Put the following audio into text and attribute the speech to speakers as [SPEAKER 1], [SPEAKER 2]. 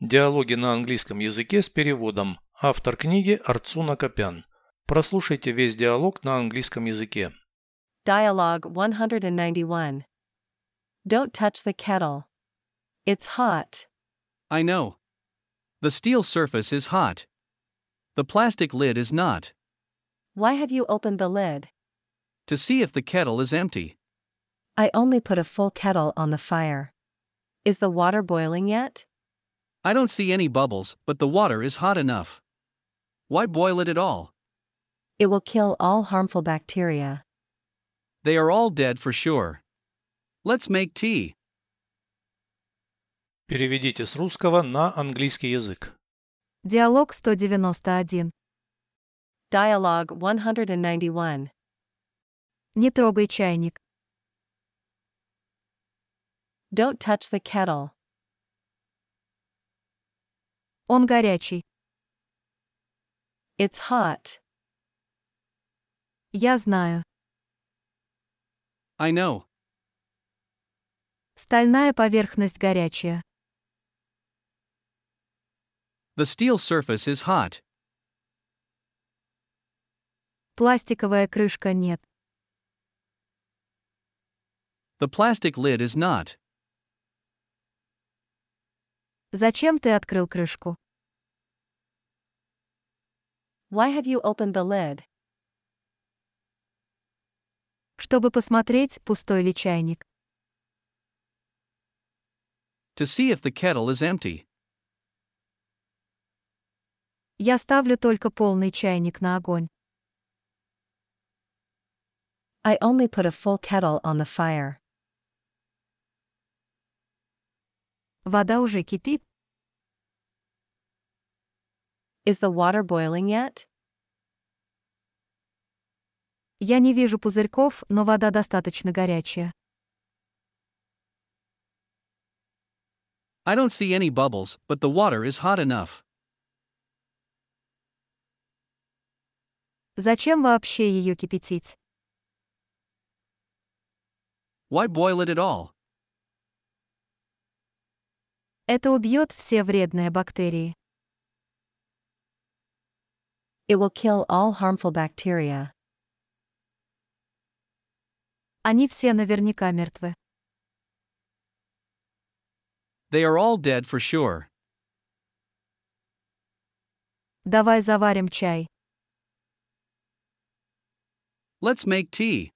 [SPEAKER 1] Диалоги на английском языке с переводом. Автор книги Арцуна Копян. Прослушайте весь диалог на английском языке.
[SPEAKER 2] Dialogue 191. Don't touch the kettle. It's hot.
[SPEAKER 3] I know. The steel surface is hot. The plastic lid is not.
[SPEAKER 2] Why have you opened the lid?
[SPEAKER 3] To see if the kettle is empty.
[SPEAKER 2] I only put a full kettle on the fire. Is the water boiling yet?
[SPEAKER 3] I don't see any bubbles, but the water is hot enough. Why boil it at all?
[SPEAKER 2] It will kill all harmful bacteria.
[SPEAKER 3] They are all dead for sure. Let's make tea.
[SPEAKER 1] Переведите с русского на английский язык.
[SPEAKER 4] Диалог 191.
[SPEAKER 2] Dialogue 191.
[SPEAKER 4] Не трогай чайник.
[SPEAKER 2] Don't touch the kettle.
[SPEAKER 4] Он горячий.
[SPEAKER 2] It's hot.
[SPEAKER 4] Я знаю.
[SPEAKER 3] I know.
[SPEAKER 4] Стальная поверхность горячая.
[SPEAKER 3] The steel surface is hot.
[SPEAKER 4] Пластиковая крышка нет.
[SPEAKER 3] The plastic lid is not.
[SPEAKER 4] Зачем ты открыл крышку?
[SPEAKER 2] Why have you opened the lid?
[SPEAKER 4] Чтобы посмотреть, пустой ли чайник.
[SPEAKER 3] To see if the kettle is empty.
[SPEAKER 4] Я ставлю только полный чайник на огонь.
[SPEAKER 2] I only put a full kettle on the fire.
[SPEAKER 4] Вода уже кипит.
[SPEAKER 2] Is the water boiling yet?
[SPEAKER 4] Я не вижу пузырьков, но вода достаточно горячая.
[SPEAKER 3] I don't see any bubbles, but the water is hot enough.
[SPEAKER 4] Зачем вообще ее кипятить?
[SPEAKER 3] Why boil it at all?
[SPEAKER 4] Это убьет все вредные бактерии.
[SPEAKER 2] It will kill all harmful bacteria.
[SPEAKER 4] Они все наверняка мертвы.
[SPEAKER 3] They are all dead for sure.
[SPEAKER 4] Давай заварим чай.
[SPEAKER 3] Let's make tea.